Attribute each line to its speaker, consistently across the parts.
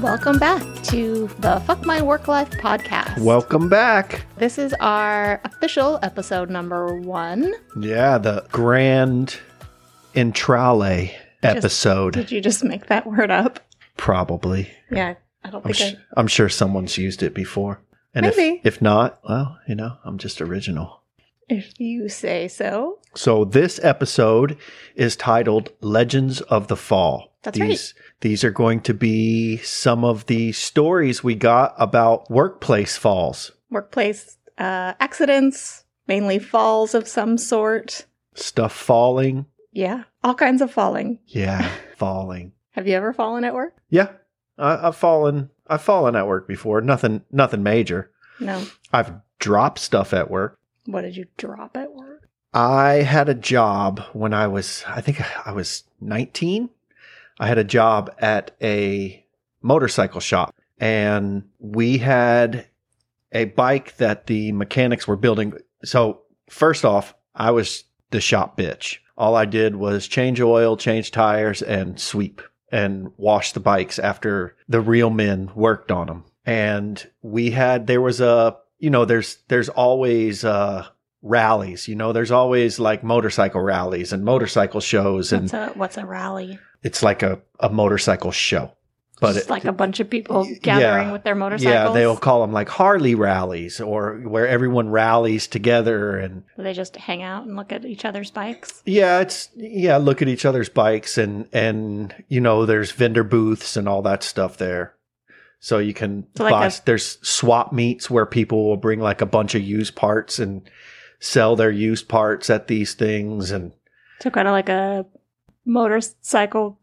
Speaker 1: Welcome back to the Fuck My Work Life podcast.
Speaker 2: Welcome back.
Speaker 1: this is our official episode number one.
Speaker 2: Yeah, the grand entrale episode,
Speaker 1: Did you just make that word up?
Speaker 2: probably.
Speaker 1: Yeah, I don't
Speaker 2: I'm,
Speaker 1: think
Speaker 2: sh-
Speaker 1: I.
Speaker 2: I'm sure someone's used it before. And if-
Speaker 1: Maybe.
Speaker 2: if not, well, you know, I'm just original.
Speaker 1: If you say so.
Speaker 2: So this episode is titled Legends of the Fall.
Speaker 1: That's right.
Speaker 2: these, These are going to be some of the stories we got about workplace falls.
Speaker 1: Workplace uh, accidents, mainly falls of some sort.
Speaker 2: Stuff falling.
Speaker 1: Yeah, all kinds of falling.
Speaker 2: Yeah, falling.
Speaker 1: Have you ever fallen at work?
Speaker 2: Yeah. I, I've fallen I've fallen at work before. Nothing nothing major.
Speaker 1: No.
Speaker 2: I've dropped stuff at work.
Speaker 1: What did you drop at work?
Speaker 2: I had a job when I was I think I was 19. I had a job at a motorcycle shop and we had a bike that the mechanics were building. So, first off, I was the shop bitch. All I did was change oil, change tires and sweep and wash the bikes after the real men worked on them. And we had there was a, you know, there's there's always uh rallies, you know, there's always like motorcycle rallies and motorcycle shows and
Speaker 1: What's a what's a rally?
Speaker 2: it's like a, a motorcycle show. But
Speaker 1: just
Speaker 2: it,
Speaker 1: like a bunch of people
Speaker 2: Y-
Speaker 1: gathering
Speaker 2: yeah.
Speaker 1: with their motorcycles.
Speaker 2: yeah, they'll call them like Harley rallies or where everyone rallies together and
Speaker 1: They just hang out and look at each other's bikes.
Speaker 2: yeah, it's yeah, look at each other's bikes and and you know there's vendor booths and all that stuff there. So you can
Speaker 1: So like
Speaker 2: buy
Speaker 1: a-
Speaker 2: there's swap meets where people will bring like a bunch of used parts and sell their used parts at these things and
Speaker 1: So kind of like a motorcycle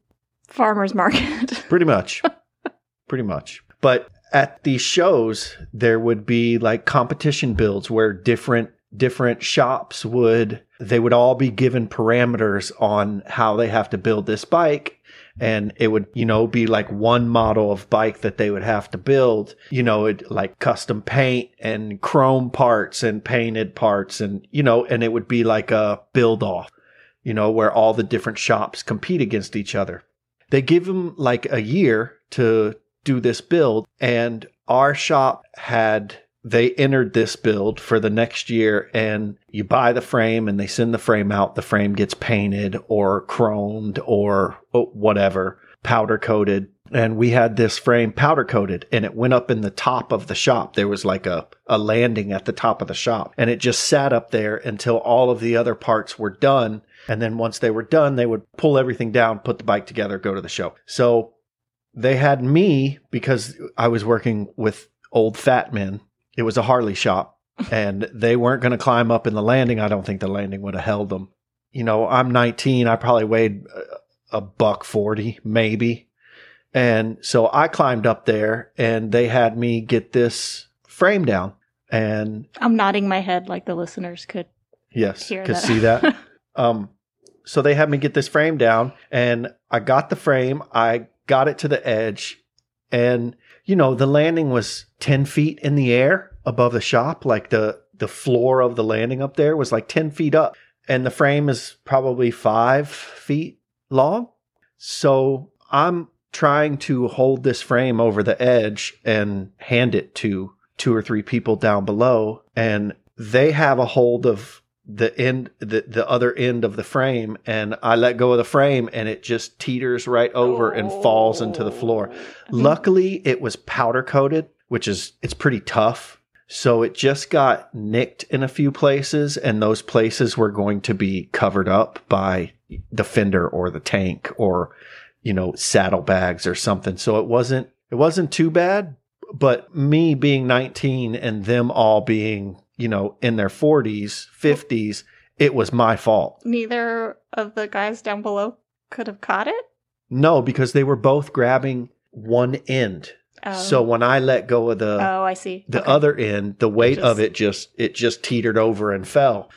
Speaker 1: farmer's market.
Speaker 2: Pretty much. Pretty much. But at these shows, there would be like competition builds where different different shops would they would all be given parameters on how they have to build this bike and it would you know be like one model of bike that they would have to build you know it like custom paint and chrome parts and painted parts and you know and it would be like a build off you know where all the different shops compete against each other they give them like a year to do this build and our shop had they entered this build for the next year and you buy the frame and they send the frame out the frame gets painted or chromed or oh, whatever powder coated and we had this frame powder coated and it went up in the top of the shop there was like a, a landing at the top of the shop and it just sat up there until all of the other parts were done and then once they were done, they would pull everything down, put the bike together, go to the show. So they had me because I was working with old fat men. It was a Harley shop and they weren't going to climb up in the landing. I don't think the landing would have held them. You know, I'm 19. I probably weighed a, a buck 40, maybe. And so I climbed up there and they had me get this frame down. And
Speaker 1: I'm nodding my head like the listeners could
Speaker 2: yes,
Speaker 1: hear
Speaker 2: could
Speaker 1: that.
Speaker 2: see that. Um, so they had me get this frame down, and I got the frame. I got it to the edge, and you know the landing was ten feet in the air above the shop. Like the the floor of the landing up there was like ten feet up, and the frame is probably five feet long. So I'm trying to hold this frame over the edge and hand it to two or three people down below, and they have a hold of the end, the, the other end of the frame, and I let go of the frame, and it just teeters right over and falls into the floor. Luckily, it was powder coated, which is it's pretty tough. So it just got nicked in a few places, and those places were going to be covered up by the fender or the tank or you know saddlebags or something. So it wasn't it wasn't too bad. But me being 19 and them all being you know in their 40s, 50s, it was my fault.
Speaker 1: Neither of the guys down below could have caught it.
Speaker 2: No, because they were both grabbing one end.
Speaker 1: Um,
Speaker 2: so when I let go of the
Speaker 1: oh, I see.
Speaker 2: the
Speaker 1: Okay.
Speaker 2: other end the weight
Speaker 1: Just-
Speaker 2: of it just it just teetered over and fell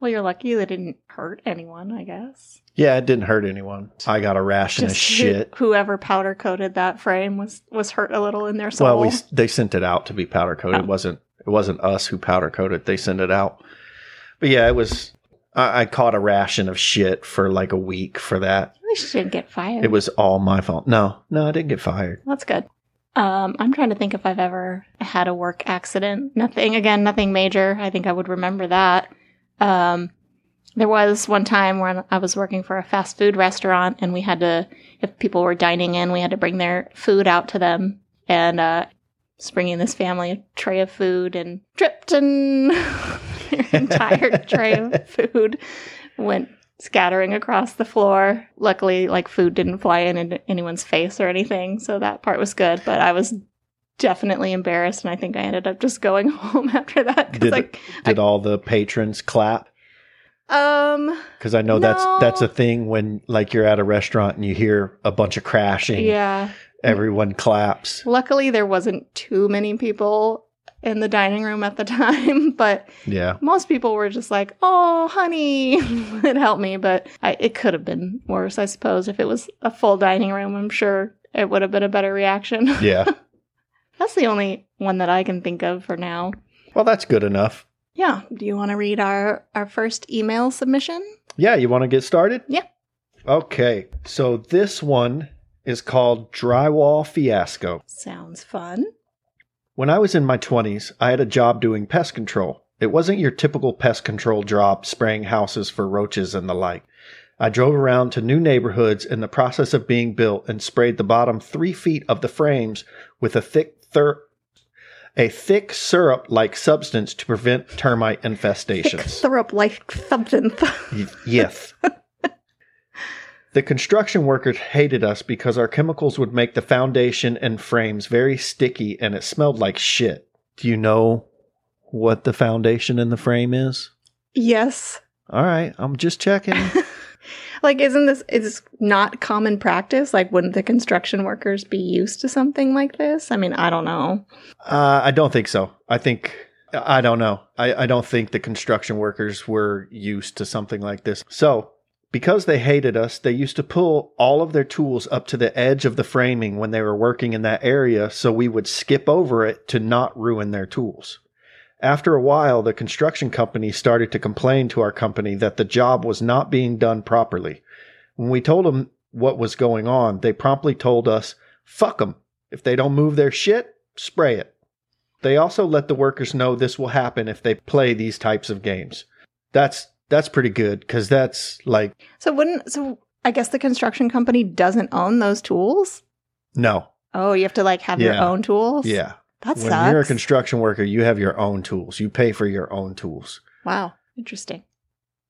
Speaker 1: Well, you're lucky they didn't hurt anyone. I guess.
Speaker 2: yeah it didn't hurt anyone i got a ration of
Speaker 1: who-
Speaker 2: shit
Speaker 1: whoever powder coated that frame was was hurt a little in their soul.
Speaker 2: well we s- they sent it out to be powder coated
Speaker 1: Oh.
Speaker 2: it wasn't it wasn't us who powder coated they sent it out but yeah it was I, I caught a ration of shit for like a week for that
Speaker 1: At least you didn't get fired.
Speaker 2: it was all my fault no no i didn't get fired
Speaker 1: That's good. Um, I'm trying to think if I've ever had a work accident. Nothing, again, nothing major. I think I would remember that. Um, there was one time when I was working for a fast food restaurant, and we had to, if people were dining in, we had to bring their food out to them. And uh, just bringing this family a tray of food and tripped, and their entire tray of food went scattering across the floor. Luckily, like food didn't fly in into anyone's face or anything, so that part was good. But I was definitely embarrassed, and I think I ended up just going home after that because
Speaker 2: Did
Speaker 1: like
Speaker 2: Did all the patrons clap?
Speaker 1: um
Speaker 2: Because I know that's
Speaker 1: No.
Speaker 2: that's a thing when like you're at a restaurant and you hear a bunch of crashing.
Speaker 1: yeah.
Speaker 2: Everyone claps.
Speaker 1: Luckily, there wasn't too many people in the dining room at the time, but
Speaker 2: Yeah.
Speaker 1: most people were just like, "Oh, honey, it helped me," but I, it could have been worse, I suppose. If it was a full dining room, I'm sure it would have been a better reaction.
Speaker 2: Yeah.
Speaker 1: That's the only one that I can think of for now.
Speaker 2: well, that's good enough.
Speaker 1: Yeah. Do you want to read our our first email submission?
Speaker 2: Yeah, you want to get started?
Speaker 1: Yeah.
Speaker 2: Okay. So this one is called Drywall Fiasco.
Speaker 1: Sounds fun.
Speaker 2: When I was in my 20s, I had a job doing pest control. It wasn't your typical pest control job spraying houses for roaches and the like. I drove around to new neighborhoods in the process of being built and sprayed the bottom three feet of the frames with a thick thir- a thick syrup like substance to prevent termite infestations.
Speaker 1: Throw up like something.
Speaker 2: Y- Yes. the construction workers hated us because our chemicals would make the foundation and frames very sticky and it smelled like shit. Do you know what the foundation and the frame is?
Speaker 1: yes.
Speaker 2: All right, I'm just checking.
Speaker 1: Like, isn't this is not common practice? Like, wouldn't the construction workers be used to something like this? I mean, I don't know.
Speaker 2: uh, I don't think so. I think I don't know. I, I don't think the construction workers were used to something like this. So, because they hated us, they used to pull all of their tools up to the edge of the framing when they were working in that area so we would skip over it to not ruin their tools. After a while, the construction company started to complain to our company that the job was not being done properly. When we told them what was going on, they promptly told us, fuck them. If they don't move their shit, spray it. They also let the workers know this will happen if they play these types of games. That's that's pretty good because that's like
Speaker 1: So wouldn't so I guess the construction company doesn't own those tools.
Speaker 2: no,
Speaker 1: Oh, you have to like have your
Speaker 2: Yeah.
Speaker 1: own tools.
Speaker 2: yeah.
Speaker 1: that
Speaker 2: when
Speaker 1: sucks.
Speaker 2: you're a construction worker, you have your own tools. You pay for your own tools.
Speaker 1: wow, interesting.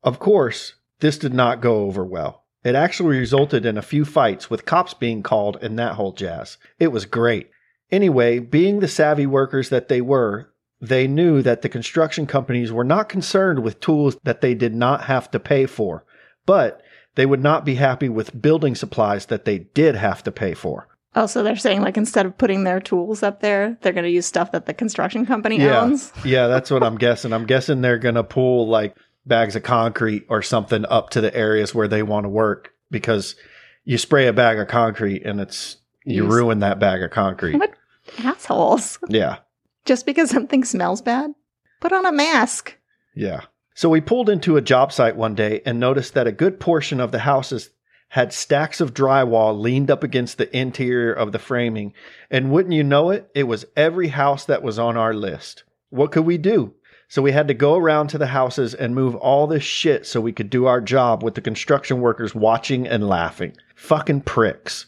Speaker 2: Of course, this did not go over well. It actually resulted in a few fights with cops being called and that whole jazz. It was great. Anyway, being the savvy workers that they were, they knew that the construction companies were not concerned with tools that they did not have to pay for, but they would not be happy with building supplies that they did have to pay for.
Speaker 1: Oh, so they're saying like instead of putting their tools up there, they're going to use stuff that the construction company
Speaker 2: Yeah.
Speaker 1: owns.
Speaker 2: Yeah, that's what I'm guessing. I'm guessing they're going to pull like bags of concrete or something up to the areas where they want to work because you spray a bag of concrete and it's you
Speaker 1: Yes.
Speaker 2: ruin that bag of concrete.
Speaker 1: What assholes?
Speaker 2: Yeah.
Speaker 1: Just because something smells bad, put on a mask.
Speaker 2: Yeah. So we pulled into a job site one day and noticed that a good portion of the houses had stacks of drywall leaned up against the interior of the framing. And wouldn't you know it, it was every house that was on our list. What could we do? So we had to go around to the houses and move all this shit so we could do our job with the construction workers watching and laughing. Fucking pricks.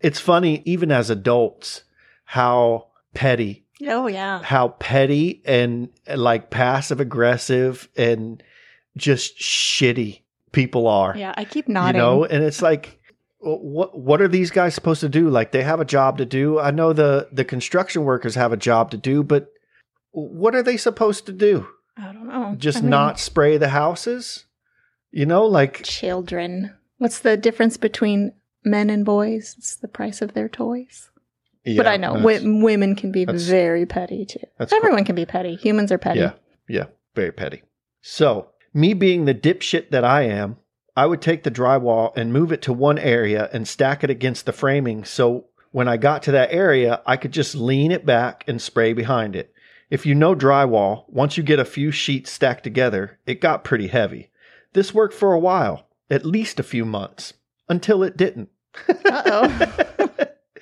Speaker 2: it's funny, even as adults, how petty
Speaker 1: Oh yeah.
Speaker 2: how petty and like passive aggressive and just shitty people are.
Speaker 1: Yeah, I keep
Speaker 2: you
Speaker 1: nodding.
Speaker 2: know, and it's like what what are these guys supposed to do? Like they have a job to do. I know the the construction workers have a job to do, but what are they supposed to do?
Speaker 1: I don't know.
Speaker 2: Just
Speaker 1: I mean,
Speaker 2: not spray the houses? You know, like
Speaker 1: children. What's the difference between men and boys? It's the price of their toys. but
Speaker 2: Yeah,
Speaker 1: I know
Speaker 2: that's-
Speaker 1: wi- women can be
Speaker 2: that's-
Speaker 1: very petty too.
Speaker 2: that's cool.
Speaker 1: Everyone can be petty. Humans are petty.
Speaker 2: Yeah. Yeah. Very petty. So, me being the dipshit that I am, I would take the drywall and move it to one area and stack it against the framing. So, when I got to that area, I could just lean it back and spray behind it. If you know drywall, once you get a few sheets stacked together, it got pretty heavy. This worked for a while, at least a few months, until it didn't.
Speaker 1: Uh oh.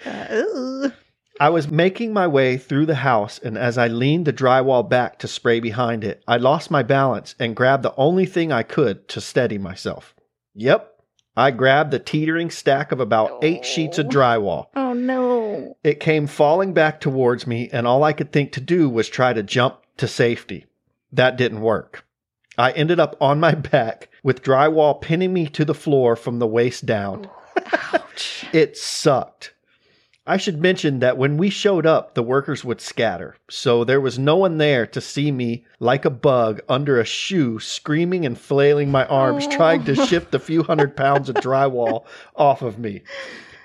Speaker 1: Uh, ooh.
Speaker 2: I was making my way through the house, and as I leaned the drywall back to spray behind it, I lost my balance and grabbed the only thing I could to steady myself. Yep, I grabbed the teetering stack of about eight sheets of
Speaker 1: Oh.
Speaker 2: drywall.
Speaker 1: Oh no.
Speaker 2: It came falling back towards me, and all I could think to do was try to jump to safety. That didn't work. I ended up on my back with drywall pinning me to the floor from the waist down.
Speaker 1: Ouch.
Speaker 2: It sucked. I should mention that when we showed up, the workers would scatter, so there was no one there to see me like a bug under a shoe, screaming and flailing my arms,
Speaker 1: Oh.
Speaker 2: trying to shift the few hundred pounds of drywall off of me.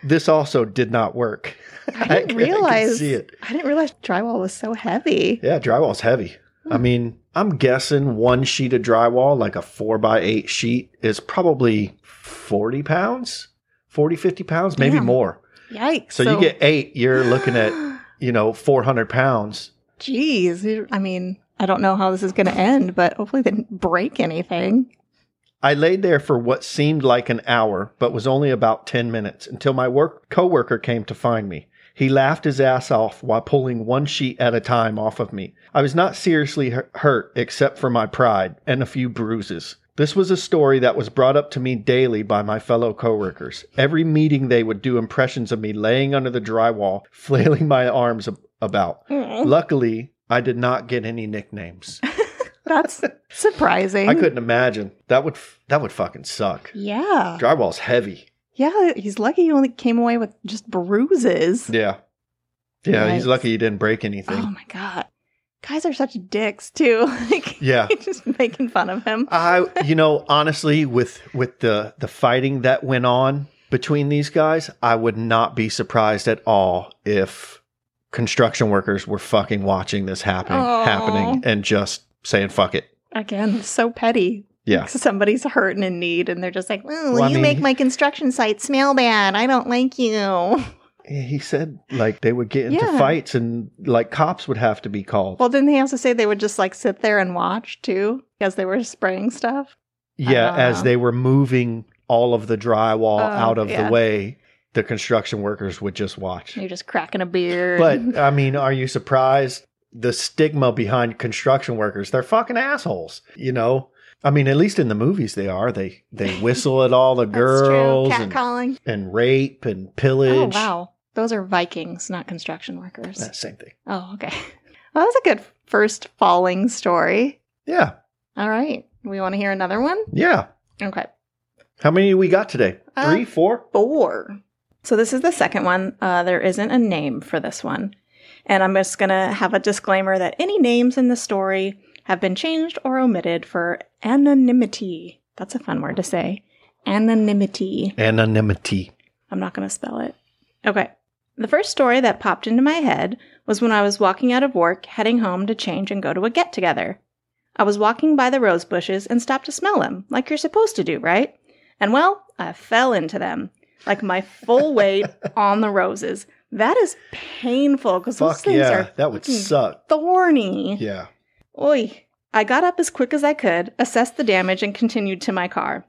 Speaker 2: This also did not work.
Speaker 1: I
Speaker 2: I can- I
Speaker 1: didn't
Speaker 2: can
Speaker 1: realize.
Speaker 2: see it.
Speaker 1: I didn't realize drywall was so heavy.
Speaker 2: Yeah, drywall's heavy. I mean, I'm guessing one sheet of drywall, like a four by eight sheet, is probably 40 pounds, 40, 50 pounds, maybe
Speaker 1: Damn.
Speaker 2: more.
Speaker 1: Yikes.
Speaker 2: So, you get eight, you're looking at, you know, 400 pounds.
Speaker 1: Jeez. you- I mean, I don't know how this is going to end, but hopefully they didn't break anything.
Speaker 2: I laid there for what seemed like an hour, but was only about 10 minutes until my work coworker came to find me. He laughed his ass off while pulling one sheet at a time off of me. I was not seriously hu- hurt except for my pride and a few bruises. This was a story that was brought up to me daily by my fellow coworkers. Every meeting they would do impressions of me laying under the drywall, flailing my arms ab- about.
Speaker 1: Mm,
Speaker 2: Luckily, I did not get any nicknames.
Speaker 1: That's surprising.
Speaker 2: I couldn't imagine. That would f- that would fucking suck.
Speaker 1: Yeah.
Speaker 2: Drywall's heavy.
Speaker 1: Yeah. He's lucky he only came away with just bruises.
Speaker 2: Yeah. Yeah, he's
Speaker 1: Yikes.
Speaker 2: lucky he didn't break anything.
Speaker 1: Oh my God. Guys are such dicks, too. Like,
Speaker 2: Yeah.
Speaker 1: just making fun of him.
Speaker 2: I you know, honestly with with the the fighting that went on between these guys, I would not be surprised at all if construction workers were fucking watching this happening
Speaker 1: Aw.
Speaker 2: happening and just saying fuck it.
Speaker 1: Again, so petty.
Speaker 2: Yeah.
Speaker 1: Somebody's hurt and in need, and they're just like, oh,
Speaker 2: Well, I
Speaker 1: you
Speaker 2: mean-
Speaker 1: make my construction site smell bad. I don't like you.
Speaker 2: He said like they would get into
Speaker 1: Yeah.
Speaker 2: fights and like cops would have to be called.
Speaker 1: Well, didn't they also say they would just like sit there and watch too as they were spraying stuff?
Speaker 2: Yeah,
Speaker 1: Ah.
Speaker 2: as they were moving all of the drywall
Speaker 1: Oh,
Speaker 2: out of
Speaker 1: yeah.
Speaker 2: the way, the construction workers would just watch.
Speaker 1: You're just cracking a beer.
Speaker 2: But I mean, are you surprised the stigma behind construction workers? They're fucking assholes, you know? I mean, at least in the movies they are. They they whistle at all the girls
Speaker 1: That's true.
Speaker 2: and,
Speaker 1: Catcalling.
Speaker 2: and rape and
Speaker 1: Oh
Speaker 2: pillage.
Speaker 1: wow, those are Vikings, not construction workers.
Speaker 2: Yeah, same thing.
Speaker 1: Oh okay. Well, that was a good first falling story.
Speaker 2: Yeah.
Speaker 1: All right, we want to hear another one.
Speaker 2: Yeah.
Speaker 1: Okay,
Speaker 2: How many do we got today?
Speaker 1: Uh,
Speaker 2: Three, four?
Speaker 1: four. So this is the second one. Uh, there isn't a name for this one, and I'm just gonna have a disclaimer that any names in the story have been changed or omitted for anonymity. That's a fun word to say. Anonymity.
Speaker 2: Anonymity.
Speaker 1: I'm not going to spell it. Okay. The first story that popped into my head was when I was walking out of work, heading home to change and go to a get together. I was walking by the rose bushes and stopped to smell them, like you're supposed to do, right? And well, I fell into them, like my full weight on the roses. That is painful because those
Speaker 2: Fuck
Speaker 1: things
Speaker 2: yeah.
Speaker 1: are
Speaker 2: That would
Speaker 1: fucking
Speaker 2: suck.
Speaker 1: thorny.
Speaker 2: Yeah.
Speaker 1: Oi. I got up as quick as I could, assessed the damage, and continued to my car.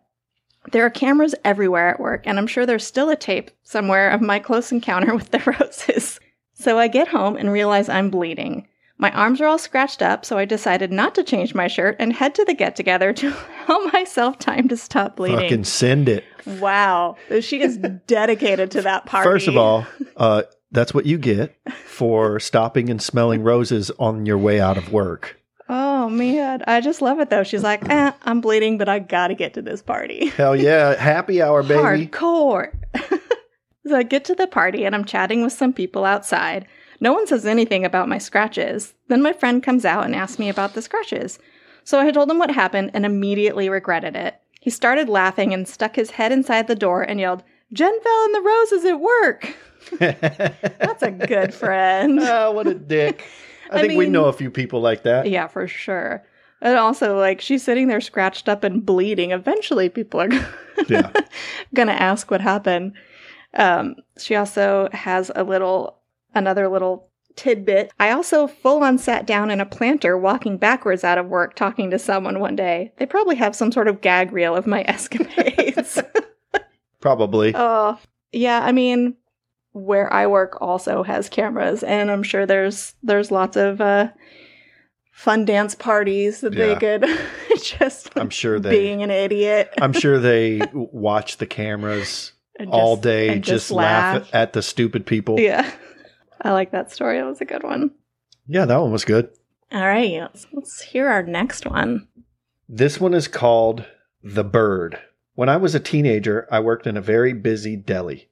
Speaker 1: There are cameras everywhere at work, and I'm sure there's still a tape somewhere of my close encounter with the roses. So I get home and realize I'm bleeding. My arms are all scratched up, so I decided not to change my shirt and head to the get together to allow myself time to stop
Speaker 2: Fucking
Speaker 1: bleeding.
Speaker 2: send it.
Speaker 1: Wow. She is dedicated to that party.
Speaker 2: First of all, uh, that's what you get for stopping and smelling roses on your way out of work.
Speaker 1: Oh, man. I just love it, though. She's like, eh, I'm bleeding, but I gotta get to this party.
Speaker 2: Hell yeah, happy hour, baby.
Speaker 1: Hardcore. so I get to the party and I'm chatting with some people outside. No one says anything about my scratches. Then my friend comes out and asks me about the scratches. So I told him what happened and immediately regretted it. He started laughing and stuck his head inside the door and yelled, Jen fell in the roses at work. That's a good friend.
Speaker 2: oh, what a dick. I,
Speaker 1: I
Speaker 2: think we
Speaker 1: mean-
Speaker 2: know a few people like that.
Speaker 1: Yeah, for sure. And also, like, she's sitting there scratched up and bleeding. Eventually, people are
Speaker 2: Yeah.
Speaker 1: gonna ask what happened. Um, she also has a little, another little tidbit. I also full on sat down in a planter walking backwards out of work talking to someone one day. They probably have some sort of gag reel of my escapades.
Speaker 2: Probably.
Speaker 1: oh, yeah. I mean, where I work also has cameras, and I'm sure there's there's lots of uh, fun dance parties that
Speaker 2: Yeah.
Speaker 1: they could just
Speaker 2: I'm sure they.
Speaker 1: being an idiot.
Speaker 2: I'm sure they watch the cameras
Speaker 1: and
Speaker 2: all
Speaker 1: just-
Speaker 2: day,
Speaker 1: and
Speaker 2: just, laugh.
Speaker 1: laugh.
Speaker 2: at the stupid people.
Speaker 1: Yeah, I like that story. That was a good one.
Speaker 2: yeah, that one was good.
Speaker 1: All right, let's- let's hear our next one.
Speaker 2: This one is called The Bird. When I was a teenager, I worked in a very busy deli.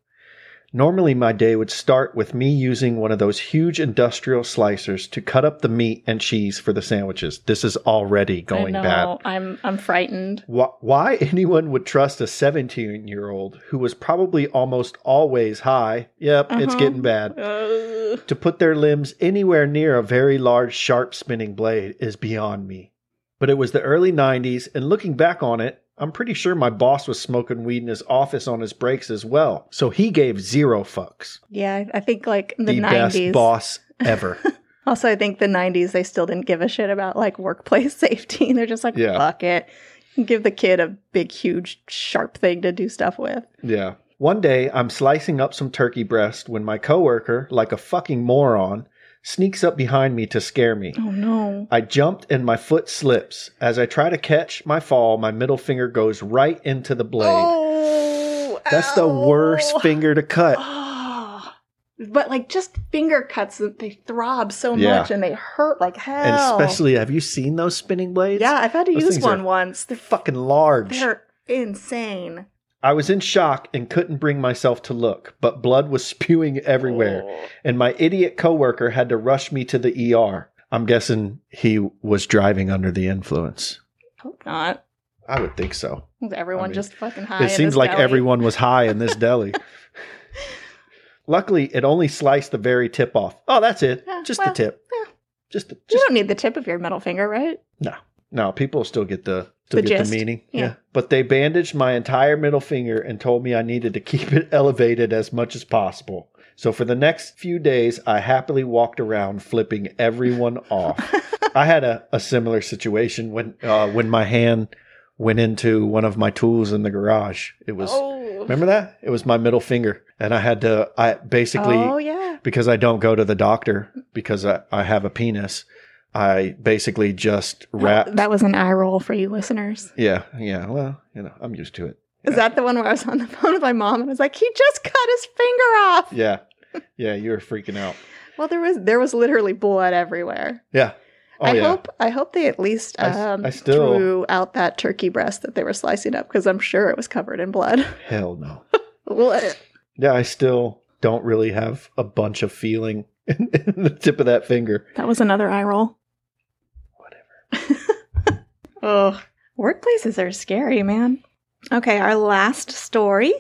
Speaker 2: Normally, my day would start with me using one of those huge industrial slicers to cut up the meat and cheese for the sandwiches. This is already going
Speaker 1: I
Speaker 2: bad.
Speaker 1: know, I'm I'm frightened.
Speaker 2: Wh- Why anyone would trust a 17 year old who was probably almost always high, yep, it's
Speaker 1: Uh-huh.
Speaker 2: getting bad,
Speaker 1: Ugh.
Speaker 2: to put their limbs anywhere near a very large, sharp spinning blade is beyond me. But it was the early 90s, and looking back on it, I'm pretty sure my boss was smoking weed in his office on his breaks as well. So he gave zero fucks.
Speaker 1: Yeah, I- I think like in the,
Speaker 2: the
Speaker 1: 90s.
Speaker 2: best boss ever.
Speaker 1: Also, I think the 90s, they still didn't give a shit about like workplace safety. They're just like,
Speaker 2: Yeah.
Speaker 1: fuck it. Give the kid a big, huge, sharp thing to do stuff with.
Speaker 2: Yeah. One day, I'm slicing up some turkey breast when my coworker, like a fucking moron, sneaks up behind me to scare me.
Speaker 1: Oh, no.
Speaker 2: I jumped and my foot slips. As I try to catch my fall, my middle finger goes right into the blade.
Speaker 1: Oh,
Speaker 2: That's the
Speaker 1: ow.
Speaker 2: worst finger to cut.
Speaker 1: Oh. But like just finger cuts, they throb so
Speaker 2: Yeah.
Speaker 1: much and they hurt like hell.
Speaker 2: And especially, have you seen those spinning blades?
Speaker 1: yeah, I've had to
Speaker 2: those
Speaker 1: use
Speaker 2: things
Speaker 1: one
Speaker 2: are-
Speaker 1: once. They're,
Speaker 2: They're fucking large.
Speaker 1: they're insane.
Speaker 2: I was in shock and couldn't bring myself to look, but blood was spewing everywhere,
Speaker 1: Oh.
Speaker 2: and my idiot coworker had to rush me to the ER. I'm guessing he was driving under the influence.
Speaker 1: Hope not.
Speaker 2: I would think so.
Speaker 1: Everyone
Speaker 2: mean,
Speaker 1: just fucking high. in
Speaker 2: it seems
Speaker 1: this
Speaker 2: like
Speaker 1: deli.
Speaker 2: everyone was high in this deli. Luckily, it only sliced the very tip off. Oh, that's it.
Speaker 1: Yeah,
Speaker 2: just
Speaker 1: well,
Speaker 2: the tip.
Speaker 1: yeah.
Speaker 2: Just, the,
Speaker 1: You
Speaker 2: just
Speaker 1: don't need the tip of your middle finger, right?
Speaker 2: no. People still get the still
Speaker 1: The
Speaker 2: get
Speaker 1: gist.
Speaker 2: the meaning.
Speaker 1: Yeah.
Speaker 2: But they bandaged my entire middle finger and told me I needed to keep it elevated as much as possible. So for the next few days, I happily walked around flipping everyone off. I had a, a similar situation when uh, when my hand went into one of my tools in the garage. It was.
Speaker 1: oh.
Speaker 2: Remember that? It was my middle finger. And I had to, I basically,
Speaker 1: oh yeah.
Speaker 2: because I don't go to the doctor because I, I have a penis, I basically just wrapped.
Speaker 1: Oh, That was an eye roll for you listeners.
Speaker 2: yeah. Yeah. Well, you know, I'm used to it.
Speaker 1: Is that the one where I was on the phone with my mom and I was like, he just cut his finger off?
Speaker 2: Yeah. Yeah. You were freaking out.
Speaker 1: Well, there was there was literally blood everywhere.
Speaker 2: Yeah. Oh,
Speaker 1: I
Speaker 2: yeah.
Speaker 1: hope I hope they at least
Speaker 2: I s-
Speaker 1: um,
Speaker 2: I still-
Speaker 1: drew out that turkey breast that they were slicing up because I'm sure it was covered in blood.
Speaker 2: Hell no.
Speaker 1: What?
Speaker 2: Yeah. I still don't really have a bunch of feeling in, in the tip of that finger.
Speaker 1: That was another eye roll. Whatever. oh, workplaces are scary, man. Okay, our last story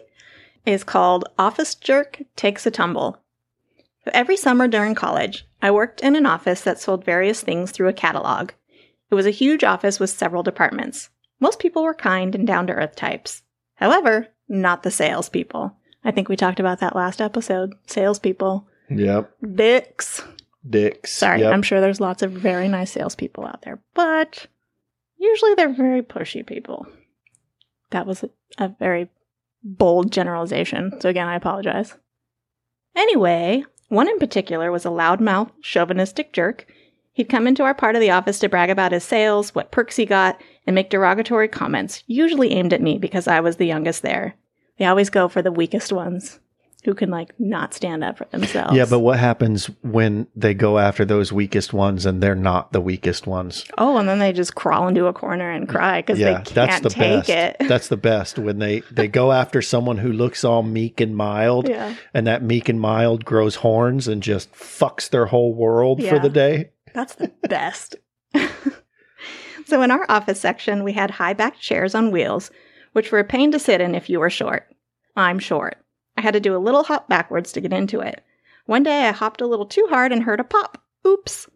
Speaker 1: is called Office Jerk Takes a Tumble. Every summer during college, I worked in an office that sold various things through a catalog. It was a huge office with several departments. Most people were kind and down to earth types. However, not the salespeople. I think we talked about that last episode. Salespeople.
Speaker 2: Yep.
Speaker 1: Dicks.
Speaker 2: Dicks.
Speaker 1: Sorry,
Speaker 2: Yep.
Speaker 1: I'm sure there's lots of very nice salespeople out there, but usually they're very pushy people. That was a, a very bold generalization. So, again, I apologize. Anyway, one in particular was a loudmouth, chauvinistic jerk. He'd come into our part of the office to brag about his sales, what perks he got, and make derogatory comments, usually aimed at me because I was the youngest there. They always go for the weakest ones who can, like, not stand up for themselves.
Speaker 2: Yeah, but what happens when they go after those weakest ones and they're not the weakest ones?
Speaker 1: Oh, and then they just crawl into a corner and cry because
Speaker 2: Yeah,
Speaker 1: they
Speaker 2: that's
Speaker 1: can't
Speaker 2: the
Speaker 1: take
Speaker 2: best.
Speaker 1: it.
Speaker 2: That's the best when they they go after someone who looks all meek and mild,
Speaker 1: yeah.
Speaker 2: and that meek and mild grows horns and just fucks their whole world for
Speaker 1: Yeah.
Speaker 2: the day.
Speaker 1: That's the best. so, in our office section, we had high backed chairs on wheels, which were a pain to sit in if you were short. I'm short. I had to do a little hop backwards to get into it. One day, I hopped a little too hard and heard a pop. Oops.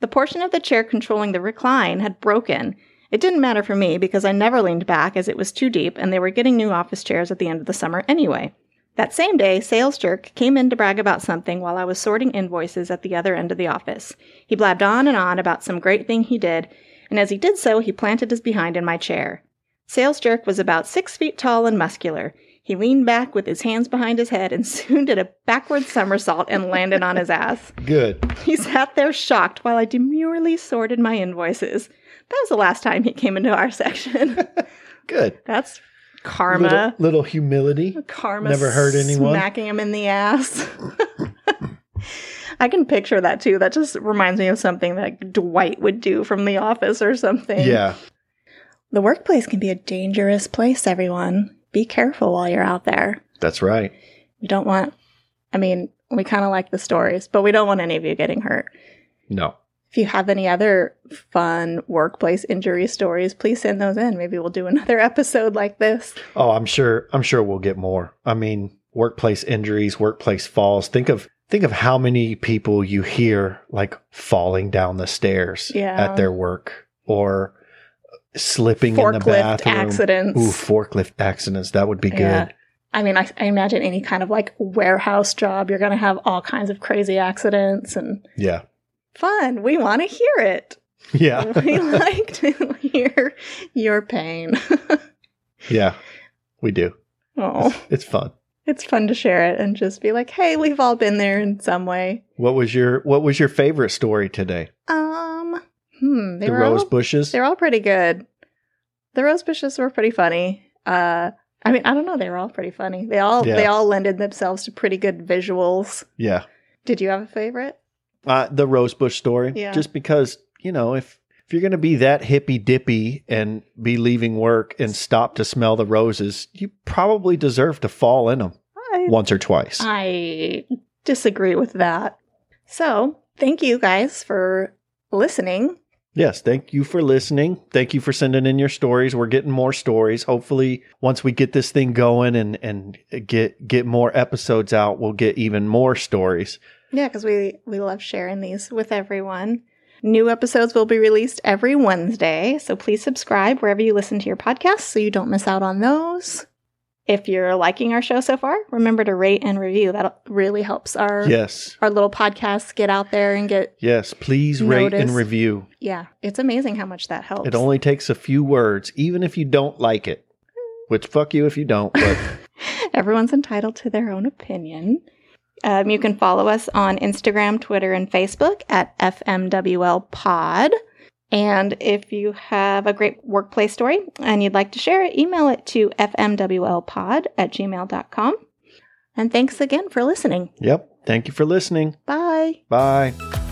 Speaker 1: The portion of the chair controlling the recline had broken. It didn't matter for me because I never leaned back as it was too deep, and they were getting new office chairs at the end of the summer anyway. That same day, Sales Jerk came in to brag about something while I was sorting invoices at the other end of the office. He blabbed on and on about some great thing he did, and as he did so, he planted his behind in my chair. Sales Jerk was about six feet tall and muscular. He leaned back with his hands behind his head and soon did a backward somersault and landed on his ass.
Speaker 2: Good.
Speaker 1: He sat there shocked while I demurely sorted my invoices. That was the last time he came into our section.
Speaker 2: Good.
Speaker 1: That's karma.
Speaker 2: Little, little humility.
Speaker 1: karma
Speaker 2: Never hurt anyone.
Speaker 1: smacking him in the ass i can picture that too that just reminds me of something that dwight would do from the office or something
Speaker 2: Yeah.
Speaker 1: the workplace can be a dangerous place everyone be careful while you're out there
Speaker 2: That's right.
Speaker 1: we don't want i mean we kind of like the stories but we don't want any of you getting hurt
Speaker 2: No.
Speaker 1: if you have any other fun workplace injury stories please send those in maybe we'll do another episode like this
Speaker 2: Oh, I'm sure I'm sure we'll get more. I mean, workplace injuries, workplace falls. Think of think of how many people you hear like falling down the stairs
Speaker 1: Yeah.
Speaker 2: at their work or slipping in the
Speaker 1: forklift
Speaker 2: bathroom.
Speaker 1: accidents
Speaker 2: Ooh, forklift accidents. That would be good.
Speaker 1: Yeah. I mean, I, I imagine any kind of like warehouse job, you're going to have all kinds of crazy accidents and
Speaker 2: Yeah.
Speaker 1: fun. We want to hear it. we
Speaker 2: Yeah.
Speaker 1: like to hear your pain.
Speaker 2: yeah. We do.
Speaker 1: oh,
Speaker 2: It's fun.
Speaker 1: it's fun to share it and just be like, hey, we've all been there in some way.
Speaker 2: What was your what was your favorite story today?
Speaker 1: Um, hmm, they
Speaker 2: the
Speaker 1: were
Speaker 2: rose
Speaker 1: all,
Speaker 2: bushes?
Speaker 1: they're all pretty good. The rose bushes were pretty funny. Uh, I mean, I don't know, they were all pretty funny. They all
Speaker 2: Yeah.
Speaker 1: they all lended themselves to pretty good visuals.
Speaker 2: yeah.
Speaker 1: Did you have a favorite?
Speaker 2: uh, the rosebush story
Speaker 1: Yeah.
Speaker 2: just because you know if if you're going to be that hippy dippy and be leaving work and stop to smell the roses you probably deserve to fall in them
Speaker 1: I
Speaker 2: once or twice
Speaker 1: Uh, I disagree with that. So, thank you guys for listening.
Speaker 2: yes thank you for listening thank you for sending in your stories we're getting more stories hopefully once we get this thing going and and get get more episodes out we'll get even more stories
Speaker 1: Yeah, because we we love sharing these with everyone. New episodes will be released every Wednesday, so please subscribe wherever you listen to your podcasts so you don't miss out on those. If you're liking our show so far, remember to rate and review. That really helps our
Speaker 2: yes
Speaker 1: our little podcasts get out there and get
Speaker 2: yes please rate
Speaker 1: Notice.
Speaker 2: and review
Speaker 1: yeah. It's amazing how much that helps.
Speaker 2: it only takes a few words even if you don't like it which fuck you if you don't but
Speaker 1: Everyone's entitled to their own opinion. Um, you can follow us on Instagram, Twitter, and Facebook at FMWL Pod. And if you have a great workplace story and you'd like to share it, email it to fmwlpod at gmail.com. And thanks again for listening.
Speaker 2: Yep. Thank you for listening.
Speaker 1: Bye.
Speaker 2: Bye.